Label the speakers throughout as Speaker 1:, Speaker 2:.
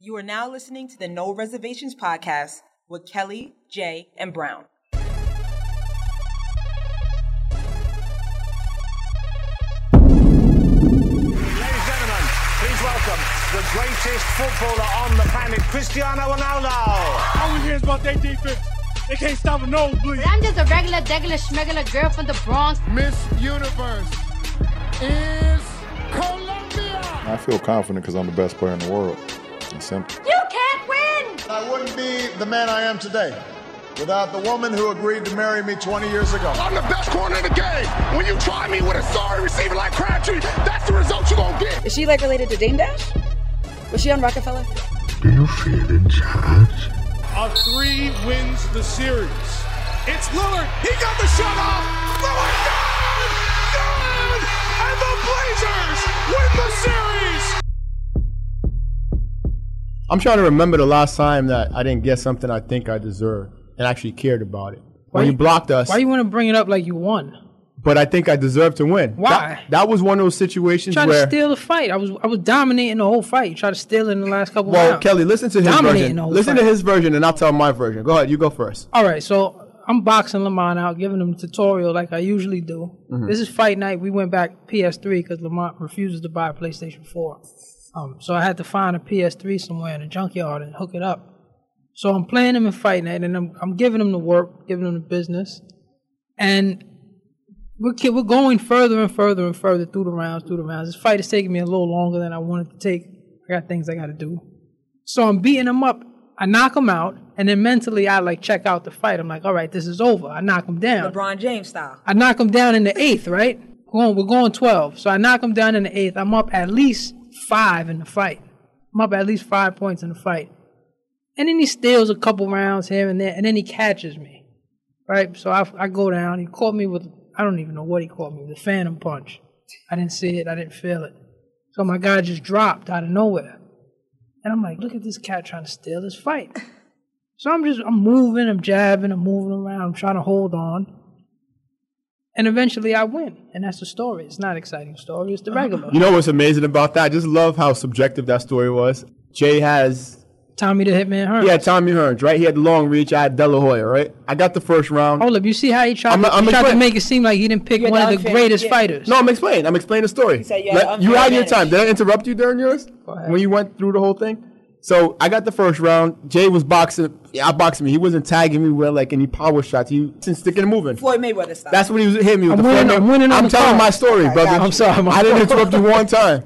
Speaker 1: You are now listening to the No Reservations podcast with Kelly, Jay, and Brown.
Speaker 2: Ladies and gentlemen, please welcome the greatest footballer on the planet, Cristiano Ronaldo.
Speaker 3: All we hear is about their defense. They can't stop a nosebleed.
Speaker 4: I'm just a regular, degular, schmegular girl from the Bronx.
Speaker 5: Miss Universe is Colombia.
Speaker 6: I feel confident because I'm the best player in the world. It's simple.
Speaker 4: You can't win!
Speaker 5: I wouldn't be the man I am today without the woman who agreed to marry me 20 years ago.
Speaker 7: I'm the best corner in the game. When you try me with a sorry receiver like Crabtree, that's the result you're gonna get.
Speaker 8: Is she like related to Dame Dash? Was she on Rockefeller?
Speaker 3: Our three wins the series.
Speaker 7: It's Lillard. He got the shot off. Lillard good! Good! And the Blazers win the series.
Speaker 9: I'm trying to remember the last time that I didn't get something I think I deserved and actually cared about it. when you, blocked us,
Speaker 10: Why you want to bring it up like you won?
Speaker 9: but I think I deserved to win.
Speaker 10: Why?
Speaker 9: That, that was one of those situations
Speaker 10: Trying
Speaker 9: where.
Speaker 10: to steal the fight. I was I was dominating the whole fight. You tried to steal it in the last couple.
Speaker 9: well,
Speaker 10: rounds.
Speaker 9: Kelly, listen to his
Speaker 10: Dominating
Speaker 9: version.
Speaker 10: the whole
Speaker 9: Listen to
Speaker 10: fight.
Speaker 9: his version, and I'll tell my version. Go ahead, you go first.
Speaker 10: All right, so I'm boxing Lamont out, giving him a tutorial like I usually do.
Speaker 9: Mm-hmm.
Speaker 10: This is fight night. We went back PS3 because Lamont refuses to buy a PlayStation 4. Um, so I had to find a PS3 somewhere in a junkyard and hook it up. So I'm playing him in fight night, and I'm I'm giving him the work, giving him the business, and we're ki- we're going further and further and further through the rounds, through the rounds. This fight is taking me a little longer than I wanted to take. I got things I got to do. So I'm beating him up. I knock him out, and then mentally I like check out the fight. I'm like, all right, this is over. I knock him down.
Speaker 1: LeBron James style.
Speaker 10: I knock him down in the eighth, right? Going, we're going 12. So I knock him down in the eighth. I'm up at least five in the fight. I'm up at least five points in the fight. And then he steals a couple rounds here and there, and then he catches me, right? So I, I go down. He caught me with, I don't even know what he caught me with, a phantom punch. I didn't see it, I didn't feel it. So my guy just dropped out of nowhere. And I'm like, look at this cat trying to steal this fight. So I'm just, I'm moving, I'm jabbing, I'm moving around, I'm trying to hold on. And eventually I win. And that's the story. It's not an exciting story. It's the regular.
Speaker 9: Uh-huh. You know what's amazing about that? I just love how subjective that story was. Jay has
Speaker 10: Tommy the Hitman Hearns.
Speaker 9: he had Tommy Hearns, right? He had the long reach. I had De La Hoya, right? I got the first round.
Speaker 10: Hold up. You see how he tried,
Speaker 9: I'm-
Speaker 10: to,
Speaker 9: I'm
Speaker 10: he tried to
Speaker 9: explaining.
Speaker 10: make it seem like he didn't pick
Speaker 8: You're
Speaker 10: one of
Speaker 8: the
Speaker 10: the
Speaker 8: unfair-
Speaker 10: greatest
Speaker 8: yeah.
Speaker 10: fighters.
Speaker 9: No, I'm explaining. I'm explaining the story.
Speaker 8: said you had
Speaker 9: Let-
Speaker 8: an
Speaker 9: you
Speaker 8: unfair
Speaker 9: had your time.
Speaker 8: advantage.
Speaker 9: Did I interrupt you during yours?
Speaker 10: ahead.
Speaker 9: When you went through the whole thing? So I got the first round. Jay was boxing. Yeah, I boxed me. He wasn't tagging me with like any power shots. He was sticking and moving.
Speaker 1: Floyd Mayweather style.
Speaker 9: That's what he was hitting me with.
Speaker 10: I'm
Speaker 9: the
Speaker 10: winning-
Speaker 9: Floyd Mayweather.
Speaker 10: I'm winning on
Speaker 9: I'm
Speaker 10: the
Speaker 9: telling
Speaker 10: phone.
Speaker 9: my story, brother.
Speaker 10: I'm sorry, my
Speaker 9: I didn't
Speaker 10: fault.
Speaker 9: interrupt you one time.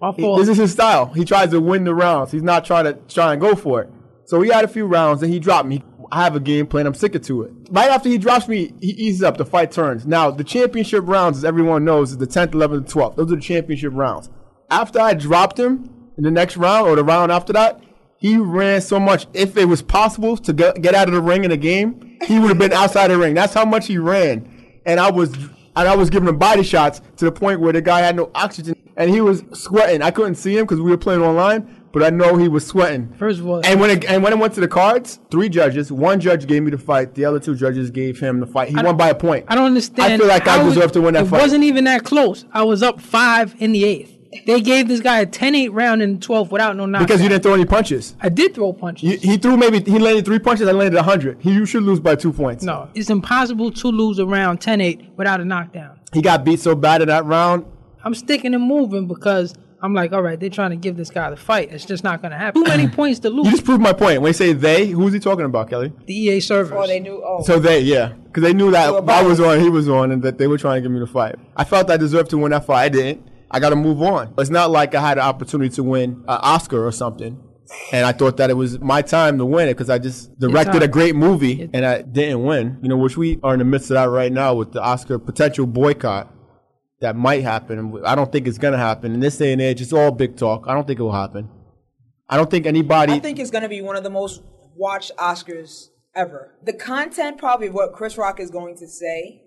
Speaker 10: My
Speaker 9: He-
Speaker 10: fault.
Speaker 9: This is his style. He tries to win the rounds. He's not trying to try and go for it. So we had a few rounds, and he dropped me. I have a game plan. I'm sticking to it. Right after he drops me, he eases up. The fight turns. Now the championship rounds, as everyone knows, is the 10th, 11th, and 12th. Those are the championship rounds. After I dropped him in the next round or the round after that, he ran so much. If it was possible to get, get out of the ring in a game, he would have been outside the ring. That's how much he ran. And I was and I was giving him body shots to the point where the guy had no oxygen and he was sweating. I couldn't see him because we were playing online, but I know he was sweating.
Speaker 10: First of all-
Speaker 9: and when it, and when it went to the cards, three judges. One judge gave me the fight. The other two judges gave him the fight. He won by a point.
Speaker 10: I don't understand.
Speaker 9: I feel like I
Speaker 10: how it-
Speaker 9: deserve to win that
Speaker 10: it
Speaker 9: fight.
Speaker 10: wasn't even that close. I was up five in the eighth. They gave this guy a 10-8 round in the 12th without no knockout.
Speaker 9: because you didn't throw any punches.
Speaker 10: I did throw punches.
Speaker 9: He, he threw maybe he landed three punches. I landed hundred. He you should lose by two points.
Speaker 10: no, it's impossible to lose a round 10-8 without a knockdown.
Speaker 9: He got beat so bad in that round.
Speaker 10: I'm sticking and moving because I'm like, all right, they're trying to give this guy the fight. It's just not going to happen. Too many points to
Speaker 9: You
Speaker 10: lose.
Speaker 9: just proved my point. When you say they, who's he talking about, Kelly?
Speaker 10: the EA servers.
Speaker 8: Oh, they knew. Oh,
Speaker 9: So they, yeah, because they knew
Speaker 8: They were
Speaker 9: that I
Speaker 8: both.
Speaker 9: was on, he was on, and that they were trying to give me the fight. I felt I deserved to win that fight. I didn't. I got to move on. It's not like I had an opportunity to win an Oscar or something, and I thought that it was my time to win it because I just directed a
Speaker 10: time.
Speaker 9: great movie and I didn't win. You know, which we are in the midst of that right now with the Oscar potential boycott that might happen. I don't think it's gonna happen in this day and age. It's all big talk. I don't think it will happen. I don't think anybody.
Speaker 1: I think it's going to be one of the most watched Oscars ever. The content, probably what Chris Rock is going to say,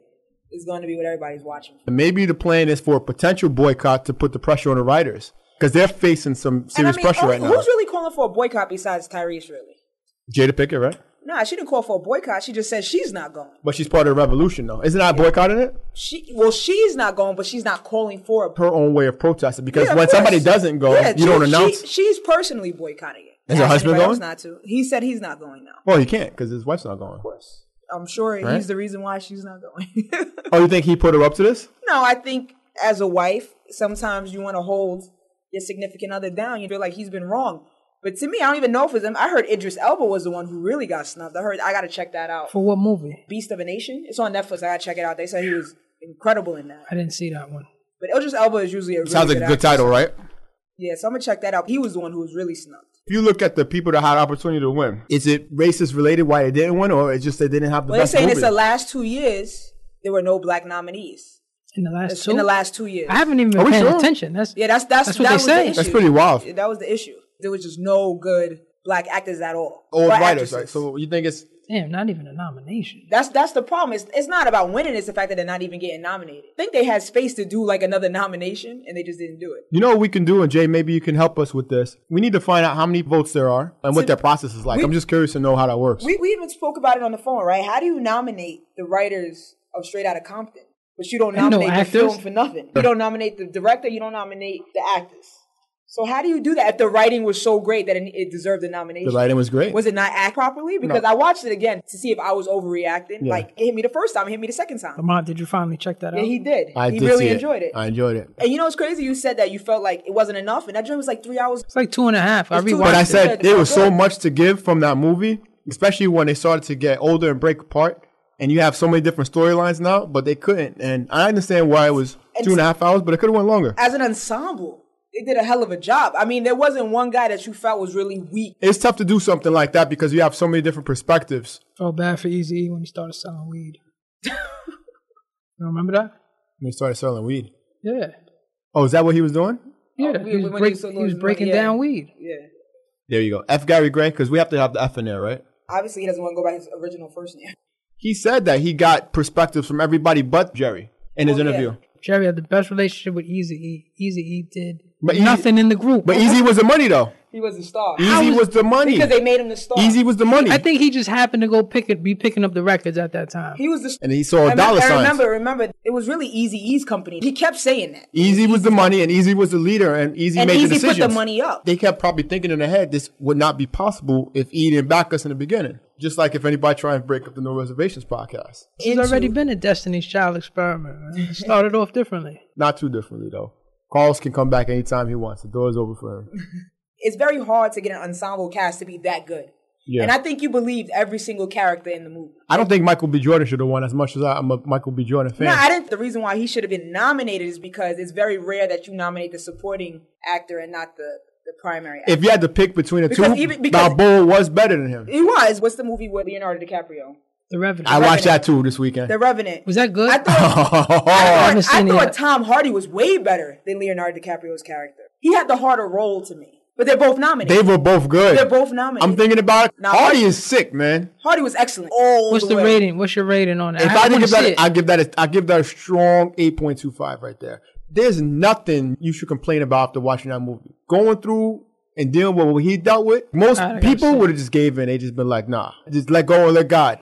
Speaker 1: is going to be what everybody's watching.
Speaker 9: And maybe the plan is for a potential boycott to put the pressure on the writers because they're facing some
Speaker 1: And I
Speaker 9: serious
Speaker 1: mean,
Speaker 9: pressure
Speaker 1: oh,
Speaker 9: right now.
Speaker 1: Who's really calling for a boycott besides Tyrese, really?
Speaker 9: Jada Pickett, right?
Speaker 1: Nah, she didn't call for a boycott. She just said she's not going.
Speaker 9: But she's part of the revolution, though. Isn't that boycotting it?
Speaker 1: She well, she's not going, but she's not calling for a
Speaker 9: Her own way of protesting because
Speaker 1: Yeah, of
Speaker 9: when somebody
Speaker 1: course.
Speaker 9: doesn't go,
Speaker 1: Yeah,
Speaker 9: you don't
Speaker 1: she-
Speaker 9: announce.
Speaker 1: she's personally boycotting it.
Speaker 9: Is her
Speaker 1: ask
Speaker 9: husband
Speaker 1: anybody else
Speaker 9: going?
Speaker 1: Not to. He said he's not going now.
Speaker 9: Well, he can't because his wife's not going.
Speaker 1: I'm sure
Speaker 9: Right.
Speaker 1: he's the reason why she's not going.
Speaker 9: Oh, you think he put her up to this?
Speaker 1: no, I think as a wife, sometimes you want to hold your significant other down. You feel like he's been wrong. But to me, I don't even know if it's him. I heard Idris Elba was the one who really got snubbed. I heard I got to check that out.
Speaker 10: For what movie?
Speaker 1: Beast of a Nation. It's on Netflix. I got to check it out. They said he was incredible in that.
Speaker 10: I didn't see that one.
Speaker 1: But Idris Elba is usually a really
Speaker 9: Sounds like a good
Speaker 1: actor.
Speaker 9: title, right?
Speaker 1: Yeah, so I'm gonna check that out. He was the one who was really snubbed.
Speaker 9: If you look at the people that had opportunity to win, is it racist related why they didn't win, or it's just they didn't have the
Speaker 1: Well, they're
Speaker 9: best
Speaker 1: saying
Speaker 9: movie?
Speaker 1: it's the last two years there were no black nominees
Speaker 10: In the last two?
Speaker 1: in the last two years.
Speaker 10: I haven't even
Speaker 9: Are
Speaker 10: been
Speaker 9: we
Speaker 10: paying
Speaker 9: sure?
Speaker 10: attention. That's
Speaker 1: Yeah, that's that's,
Speaker 10: That's
Speaker 1: that
Speaker 10: what they
Speaker 1: was
Speaker 10: say.
Speaker 1: The issue.
Speaker 9: That's pretty wild.
Speaker 1: Yeah, That was the issue. There was just no good black actors at all.
Speaker 9: Old
Speaker 1: Or
Speaker 9: writers, right?
Speaker 1: actresses.
Speaker 9: So you think it's
Speaker 10: damn, not even a nomination.
Speaker 1: that's that's the problem. It's it's not about winning. It's the fact that they're not even getting nominated. I think they had space to do like another nomination, and they just didn't do it.
Speaker 9: you know what we can do, and Jay, maybe you can help us with this. We need to find out how many votes there are and what their process is like.
Speaker 1: we-
Speaker 9: I'm just curious to know how that works.
Speaker 1: We we even spoke about it on the phone, right? How do you nominate the writers of Straight Outta Compton, but you don't
Speaker 10: And no
Speaker 1: nominate the
Speaker 10: actors?
Speaker 1: film for nothing? You don't nominate the director. You don't nominate the actors. So how do you do that if the writing was so great that it- it deserved a nomination?
Speaker 9: the writing was great.
Speaker 1: Was it not act properly? Because I watched it again to see if I was overreacting. Like it hit me the first time, it hit me the second time.
Speaker 10: Lamont, did you finally check that out?
Speaker 1: Yeah, he did.
Speaker 9: I
Speaker 1: he
Speaker 9: did
Speaker 1: really
Speaker 9: see
Speaker 1: enjoyed it.
Speaker 9: I enjoyed it.
Speaker 1: and you know what's crazy? You said that you felt like it wasn't enough, and that joint was like three hours.
Speaker 10: it's like two and a half. I
Speaker 1: It's two
Speaker 10: rewatched
Speaker 1: and
Speaker 9: But
Speaker 1: a
Speaker 9: I
Speaker 1: half.
Speaker 10: it.
Speaker 9: said
Speaker 1: Good.
Speaker 9: there was so
Speaker 1: Good.
Speaker 9: much to give from that movie, especially when they started to get older and break apart. And you have so many different storylines now, but they couldn't. And I understand why it was two and a half hours, but it could have went longer.
Speaker 1: As an ensemble, they did a hell of a job. I mean, there wasn't one guy that you felt was really weak.
Speaker 9: It's tough to do something like that because you have so many different perspectives.
Speaker 10: Felt bad for Easy when he started selling weed. you remember that?
Speaker 9: When they started selling weed.
Speaker 10: Yeah.
Speaker 9: Oh, is that what he was doing?
Speaker 10: Yeah,
Speaker 1: we-
Speaker 10: he, was
Speaker 1: Oh, when he
Speaker 10: break-
Speaker 1: was still
Speaker 10: he was
Speaker 1: losing money,
Speaker 10: breaking
Speaker 1: yeah.
Speaker 10: down weed.
Speaker 1: Yeah.
Speaker 9: There you go. F. Gary Gray, because we have to have the F in there, right?
Speaker 1: Obviously, he doesn't want to go by his original first name.
Speaker 9: He said that he got perspectives from everybody but Jerry in his
Speaker 1: Well, yeah.
Speaker 9: interview.
Speaker 10: Jerry had the best relationship with Easy E. Easy E did
Speaker 9: But Eazy-
Speaker 10: nothing in the group.
Speaker 9: But Easy was the money, though.
Speaker 1: He was the star
Speaker 9: Easy was, the money.
Speaker 1: because they made him the star.
Speaker 9: Easy was the money.
Speaker 10: I think he just happened to go pick it, be picking up the records at that time.
Speaker 1: he was the.
Speaker 9: and he saw
Speaker 1: I
Speaker 9: a dollar
Speaker 1: remember, I
Speaker 9: sign.
Speaker 1: remember, remember, it was really Easy E's company. He kept saying that.
Speaker 9: Easy was the money, and Easy was the leader, and Easy
Speaker 1: And
Speaker 9: made the
Speaker 1: Easy put
Speaker 9: decisions.
Speaker 1: the money up.
Speaker 9: They kept probably thinking in their head this would not be possible if E didn't back us in the beginning. Just like if anybody try and break up the No Reservations podcast,
Speaker 10: He's already
Speaker 1: Into-
Speaker 10: been a Destiny's Child experiment. Man. It started off differently.
Speaker 9: not too differently though. Carlos can come back anytime he wants. The door is open for him.
Speaker 1: it's very hard to get an ensemble cast to be that good.
Speaker 9: Yeah.
Speaker 1: And I think you believed every single character in the movie.
Speaker 9: I don't think Michael B. Jordan should have won as much as I, am a Michael B. Jordan fan.
Speaker 1: No, I didn't. The reason why he should have been nominated is because it's very rare that you nominate the supporting actor and not the, the primary actor.
Speaker 9: if you had to pick between the
Speaker 1: Because
Speaker 9: two,
Speaker 1: even- because-
Speaker 9: Balboa was better than him.
Speaker 1: he was. What's the movie with Leonardo DiCaprio?
Speaker 10: The Revenant.
Speaker 9: I watched that too this weekend.
Speaker 1: The Revenant.
Speaker 10: was that good?
Speaker 1: I thought, I
Speaker 10: haven't
Speaker 1: thought, I
Speaker 10: seen it
Speaker 1: thought
Speaker 10: yet.
Speaker 1: Tom Hardy was way better than Leonardo DiCaprio's character. He had the harder role to me. But they're both nominated.
Speaker 9: they were both good.
Speaker 1: They're both nominated.
Speaker 9: I'm thinking about it.
Speaker 1: Nah,
Speaker 9: Hardy
Speaker 1: but-
Speaker 9: is sick, man.
Speaker 1: Hardy was excellent. All
Speaker 10: What's the
Speaker 1: way.
Speaker 10: rating? What's your rating on that?
Speaker 9: If I,
Speaker 10: wanna
Speaker 9: didn't give
Speaker 10: see
Speaker 9: that,
Speaker 10: it.
Speaker 9: I give that, a, I give that a strong eight point two five right there. There's nothing you should complain about after watching that movie. Going through and dealing with what he dealt with, most
Speaker 10: I gotta
Speaker 9: people
Speaker 10: say.
Speaker 9: would have just gave in. They just been like, nah, just let go and let God.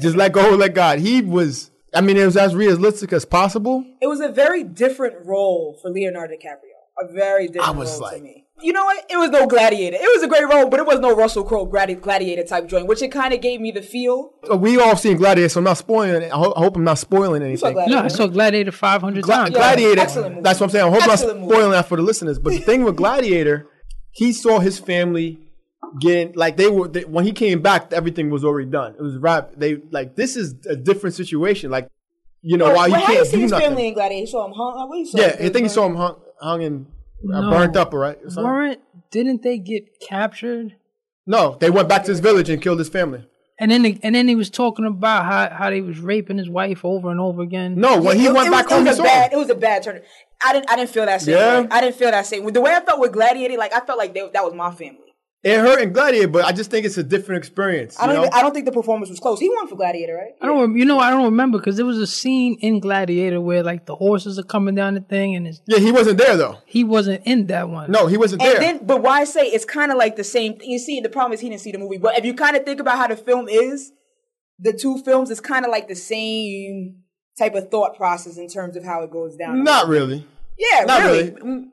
Speaker 9: just let go and let God. He was. I mean, it was as realistic as possible.
Speaker 1: it was a very different role for Leonardo DiCaprio. A very different
Speaker 9: I was
Speaker 1: role
Speaker 9: like-
Speaker 1: to me. You know what? It was no Gladiator. It was a great role, but it was no Russell Crowe gladi- Gladiator type joint, which it kind of gave me the feel.
Speaker 9: We all seen Gladiator, so I'm not spoiling. It. I, ho- I hope I'm not spoiling
Speaker 1: So
Speaker 9: anything.
Speaker 1: Gladiator.
Speaker 10: no, I saw Gladiator 500
Speaker 9: Gla-
Speaker 10: times.
Speaker 9: Gladiator.
Speaker 1: excellent movie.
Speaker 9: That's what I'm saying. I hope I'm not
Speaker 1: Excellent movie.
Speaker 9: spoiling that for the listeners. But the thing with Gladiator, he saw his family getting like they were they, when he came back. Everything was already done. It was wrapped. They like this is a different situation. Like you know
Speaker 1: Well,
Speaker 9: why you
Speaker 1: how you
Speaker 9: can't
Speaker 1: see
Speaker 9: do
Speaker 1: his
Speaker 9: nothing.
Speaker 1: family in Gladiator? You saw him hung. Like, what you saw
Speaker 9: yeah,
Speaker 1: him
Speaker 9: I think he
Speaker 1: doing?
Speaker 9: saw him hung, hung and uh,
Speaker 10: No.
Speaker 9: burnt up. Right? Or something.
Speaker 10: Weren't, didn't they get captured?
Speaker 9: No, they went back to his village and killed his family.
Speaker 10: And then, the, and then he was talking about how, how they was raping his wife over and over again.
Speaker 9: No, when he
Speaker 1: It-
Speaker 9: went
Speaker 1: it
Speaker 9: back
Speaker 1: was, it
Speaker 9: home, he
Speaker 1: was a
Speaker 9: saw
Speaker 1: bad.
Speaker 9: him.
Speaker 1: It was a bad turn. I didn't. I didn't feel that same.
Speaker 9: Yeah.
Speaker 1: way. I didn't feel that same. The way I felt with Gladiator, like I felt like they, that was my family.
Speaker 9: it hurt in Gladiator, but I just think it's a different experience.
Speaker 1: I don't.
Speaker 9: you know?
Speaker 1: Even, I don't think the performance was close. He won for Gladiator, right?
Speaker 10: I don't, rem- you know, I don't remember because there was a scene in Gladiator where like the horses are coming down the thing, and it's,
Speaker 9: yeah, he wasn't there though.
Speaker 10: he wasn't in that one.
Speaker 9: No, he wasn't
Speaker 1: And
Speaker 9: there.
Speaker 1: then, but why I say it's kind of like the same thing. You see, the problem is he didn't see the movie. But if you kind of think about how the film is, the two films is kind of like the same type of thought process in terms of how it goes down.
Speaker 9: not really.
Speaker 1: yeah,
Speaker 9: not
Speaker 1: really.
Speaker 9: really.
Speaker 1: Mm,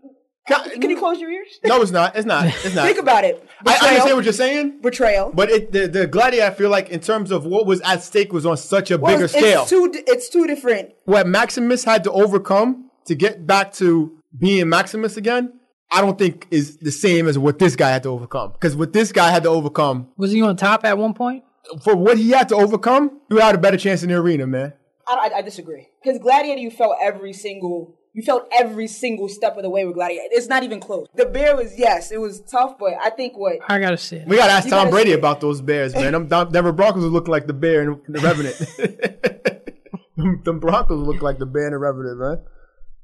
Speaker 1: Can you close your ears?
Speaker 9: No, it's not. It's not. It's not.
Speaker 1: Think about it.
Speaker 9: I, I
Speaker 1: Betrayal.
Speaker 9: understand what you're saying,
Speaker 1: Betrayal.
Speaker 9: but it, the the gladiator, I feel like, in terms of what was at stake, was on such a
Speaker 1: Well,
Speaker 9: bigger
Speaker 1: it's,
Speaker 9: scale.
Speaker 1: It's two. di- It's two different.
Speaker 9: what Maximus had to overcome to get back to being Maximus again, I don't think is the same as what this guy had to overcome. Because what this guy had to overcome,
Speaker 10: Was he on top at one point?
Speaker 9: for what he had to overcome, you had a better chance in the arena, man.
Speaker 1: I, I, I disagree. Because Gladiator, you felt every single. You felt every single step of the way with Gladiator. It's not even close. The bear was yes, it was tough, but I think what
Speaker 10: I gotta sit.
Speaker 9: We gotta ask
Speaker 1: You
Speaker 9: Tom
Speaker 1: gotta
Speaker 9: Brady
Speaker 1: see it.
Speaker 9: about those Bears, man. Them Dom- Denver Broncos look like the bear in the Revenant. them, them Broncos look like the bear in the Revenant, man.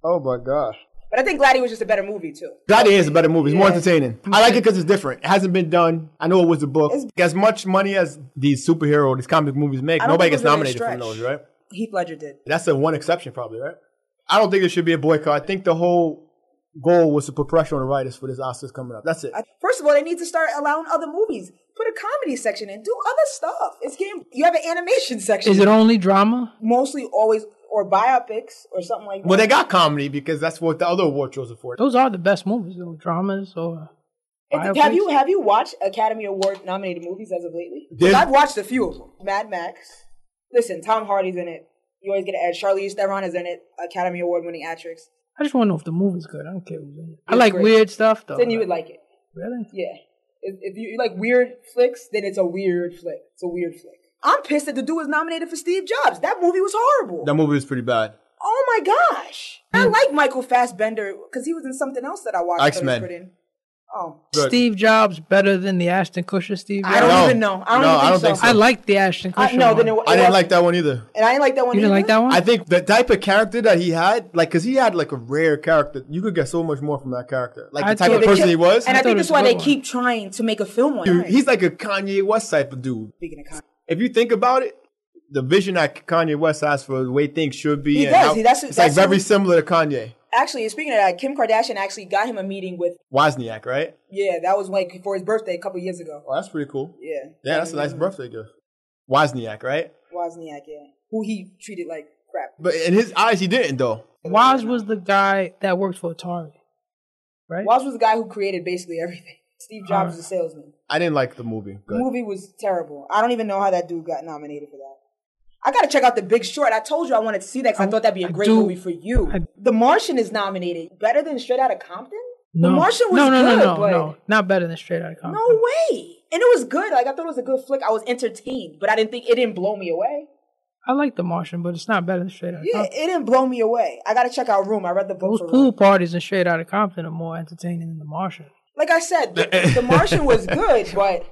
Speaker 9: Oh my gosh.
Speaker 1: But I think Gladiator was just a better movie too.
Speaker 9: Gladiator is a better movie. It's more entertaining. I like it because it's different. It hasn't been done. I know it was a book. as much money as these superhero, these comic movies make,
Speaker 1: I don't
Speaker 9: nobody
Speaker 1: think
Speaker 9: gets
Speaker 1: it was really a
Speaker 9: nominated from
Speaker 1: stretch.
Speaker 9: those, right?
Speaker 1: Heath Ledger did.
Speaker 9: That's the one exception, probably, right? I don't think there should be a boycott. I think the whole goal was to put pressure on the writers for this Oscars coming up. That's it.
Speaker 1: I- First of all, they need to start allowing other movies. Put a comedy section in. Do other stuff. It's getting you have an animation section.
Speaker 10: Is it only drama?
Speaker 1: mostly always or biopics or something like that?
Speaker 9: well, they got comedy because that's what the other award shows are for.
Speaker 10: Those are the best movies, though. Dramas or
Speaker 1: Have
Speaker 10: biopics.
Speaker 1: you have you watched Academy Award nominated movies as of lately? 'Cause
Speaker 9: There's-
Speaker 1: I've watched a few of them. Mad Max. Listen, Tom Hardy's in it. You always get an ad. Charlize Theron is in it. Academy Award winning actress.
Speaker 10: I just want to know if the movie's good. I don't care who's in it. I
Speaker 1: It's
Speaker 10: like
Speaker 1: great.
Speaker 10: weird stuff, though.
Speaker 1: Then you would like it.
Speaker 10: really?
Speaker 1: Yeah. If, if you you like weird flicks, then it's a weird flick. It's a weird flick. I'm pissed that the dude was nominated for Steve Jobs. That movie was horrible.
Speaker 9: That movie was pretty bad.
Speaker 1: Oh my gosh! I
Speaker 9: Hmm.
Speaker 1: like Michael Fassbender because he was in something else that I watched. that was
Speaker 9: X-Men.
Speaker 1: good in. Oh,
Speaker 9: Good.
Speaker 10: Steve Jobs better than the Ashton Kutcher Steve Jobs?
Speaker 1: I don't
Speaker 9: No.
Speaker 1: even know. I don't even think
Speaker 9: No, I don't
Speaker 1: so.
Speaker 9: think so.
Speaker 10: I like the Ashton Kutcher.
Speaker 1: I, Uh, no,
Speaker 10: one.
Speaker 1: then it, it
Speaker 9: I didn't
Speaker 1: wasn't-
Speaker 9: like that one either.
Speaker 1: and I didn't like that one.
Speaker 10: You didn't
Speaker 1: either.
Speaker 10: like that one?
Speaker 9: I think the type of character that he had, like, because he had like a rare character, you could get so much more from that character. Like
Speaker 10: I
Speaker 9: the type
Speaker 10: thought-
Speaker 9: of
Speaker 10: Yeah, they
Speaker 9: person
Speaker 1: Ki-
Speaker 9: he was.
Speaker 1: and I,
Speaker 10: I thought
Speaker 1: think that's
Speaker 10: it was a
Speaker 1: why
Speaker 10: good
Speaker 1: they
Speaker 10: one.
Speaker 1: keep trying to make a film on.
Speaker 9: Dude,
Speaker 1: it.
Speaker 9: he's like a Kanye West type of dude.
Speaker 1: speaking of. Con-
Speaker 9: If you think about it, the vision that Kanye West has for the way things should be,
Speaker 1: He
Speaker 9: and
Speaker 1: does.
Speaker 9: how-
Speaker 1: He- that's-
Speaker 9: it's
Speaker 1: that's
Speaker 9: like very
Speaker 1: who-
Speaker 9: similar to Kanye
Speaker 1: Actually, speaking of that, Kim Kardashian actually got him a meeting with.
Speaker 9: Wozniak, right?
Speaker 1: Yeah, that was like for his birthday a couple years ago.
Speaker 9: Oh, that's pretty cool.
Speaker 1: Yeah,
Speaker 9: Yeah, that's a nice birthday gift. Wozniak, right?
Speaker 1: Wozniak, yeah, who he treated like crap.
Speaker 9: But in his eyes, he didn't though.
Speaker 10: Woz was the guy that worked for Atari.
Speaker 1: Woz was the guy who created basically everything. Steve Jobs was a salesman.
Speaker 9: I didn't like the movie.
Speaker 1: The movie was terrible. I don't even know how that dude got nominated for that. I gotta check out The Big Short. I told you I wanted to see that because I, thought that'd be a
Speaker 10: I
Speaker 1: great
Speaker 10: do-
Speaker 1: movie for you.
Speaker 10: I-
Speaker 1: the Martian is nominated. Better than Straight Outta Compton? The Martian was
Speaker 10: no, no,
Speaker 1: good,
Speaker 10: no, no,
Speaker 1: but
Speaker 10: no, not better than Straight Outta Compton.
Speaker 1: no way. And it was good. Like I thought it was a good flick. I was entertained, but I didn't think it didn't blow me away.
Speaker 10: I like The Martian, but it's not better than Straight Outta
Speaker 1: Yeah,
Speaker 10: Compton.
Speaker 1: it didn't blow me away. I gotta check out Room. I read the book
Speaker 10: Those
Speaker 1: for
Speaker 10: pool
Speaker 1: Room.
Speaker 10: parties in Straight Outta Compton are more entertaining than The Martian.
Speaker 1: Like I said, the, the Martian was good, but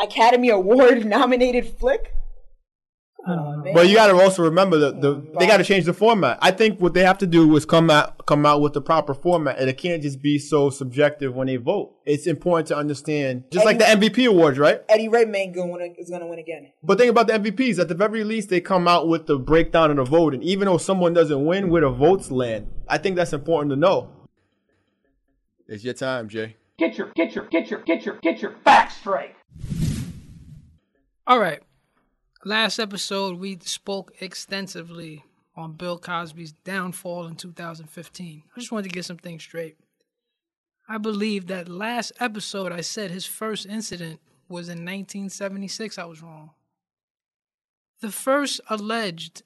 Speaker 1: Academy Award nominated flick.
Speaker 10: I don't know.
Speaker 9: But you got to also remember that the, they got to change the format. I think what they have to do is come out come out with the proper format, and it can't just be so subjective when they vote. It's important to understand, just like the MVP awards, right?
Speaker 1: Eddie Redmayne gonna win- is gonna win again.
Speaker 9: But think about the MVPs. At the very least, they come out with the breakdown of the vote, and even though someone doesn't win, where the votes land, I think that's important to know. It's your time, Jay.
Speaker 7: Get your, get your, get your, get your, get your facts straight.
Speaker 10: All right. Last episode, we spoke extensively on Bill Cosby's downfall in 2015. I just wanted to get some things straight. I believe that last episode, I said his first incident was in 1976. I was wrong. The first alleged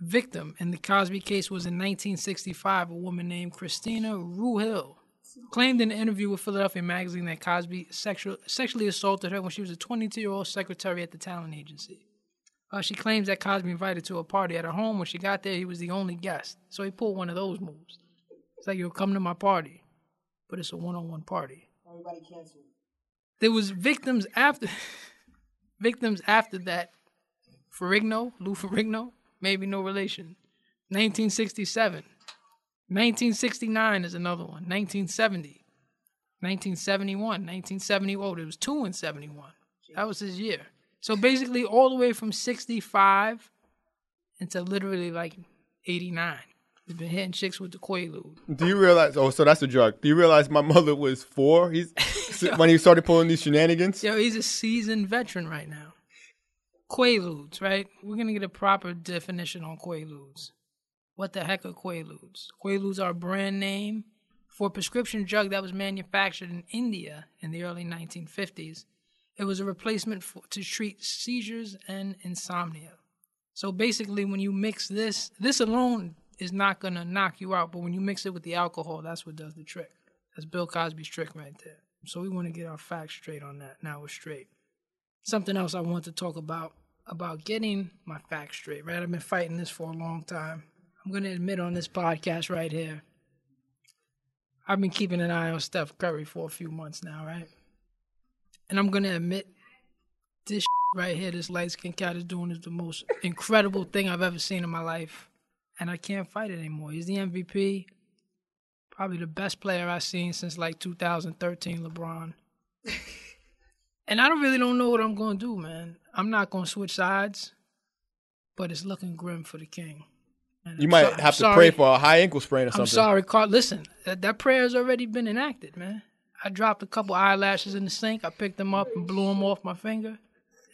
Speaker 10: victim in the Cosby case was in 1965, a woman named Christina Ruhill claimed in an interview with Philadelphia Magazine that Cosby sexual, sexually assaulted her when she was a 22 year old secretary at the talent agency. Uh, she claims that Cosby invited her to a party at her home. When she got there, he was the only guest. So he pulled one of those moves. It's like, you'll come to my party, but it's a one on one party.
Speaker 1: Everybody canceled.
Speaker 10: There was victims after victims after that. Ferrigno, Lou Ferrigno, maybe no relation. 1967. 1969 is another one. 1970. 1971. 1970. Oh, there was two in 71. That was his year. So basically, all the way from 65 into literally like 89. He's been hitting chicks with the Quaalude.
Speaker 9: Do you realize? Oh, so that's a drug. Do you realize my mother was four? He's when he started pulling these shenanigans.
Speaker 10: Yo, he's a seasoned veteran right now. Quaaludes, right? We're gonna get a proper definition on quaaludes. What the heck are quaaludes? Quaaludes are a brand name for a prescription drug that was manufactured in India in the early 1950s. It was a replacement for, to treat seizures and insomnia. So basically, when you mix this, this alone is not going to knock you out, but when you mix it with the alcohol, that's what does the trick. That's Bill Cosby's trick right there. So we want to get our facts straight on that. Now we're straight. Something else I want to talk about about getting my facts straight, right? I've been fighting this for a long time. I'm going to admit on this podcast right here, I've been keeping an eye on Steph Curry for a few months now, right? And I'm going to admit this right here, this light skinned cat is doing is the most incredible thing I've ever seen in my life. And I can't fight it anymore. He's the MVP, probably the best player I've seen since like 2013 LeBron. and I don't really don't know what I'm going to do, man. I'm not going to switch sides, but it's looking grim for the king. And
Speaker 11: You
Speaker 10: I'm
Speaker 11: might
Speaker 10: so- I'm
Speaker 11: have to
Speaker 10: sorry.
Speaker 11: pray for a high ankle sprain or something.
Speaker 10: I'm sorry, Carl. Listen, that, that prayer has already been enacted, man. I dropped a couple eyelashes in the sink. I picked them up and blew them off my finger.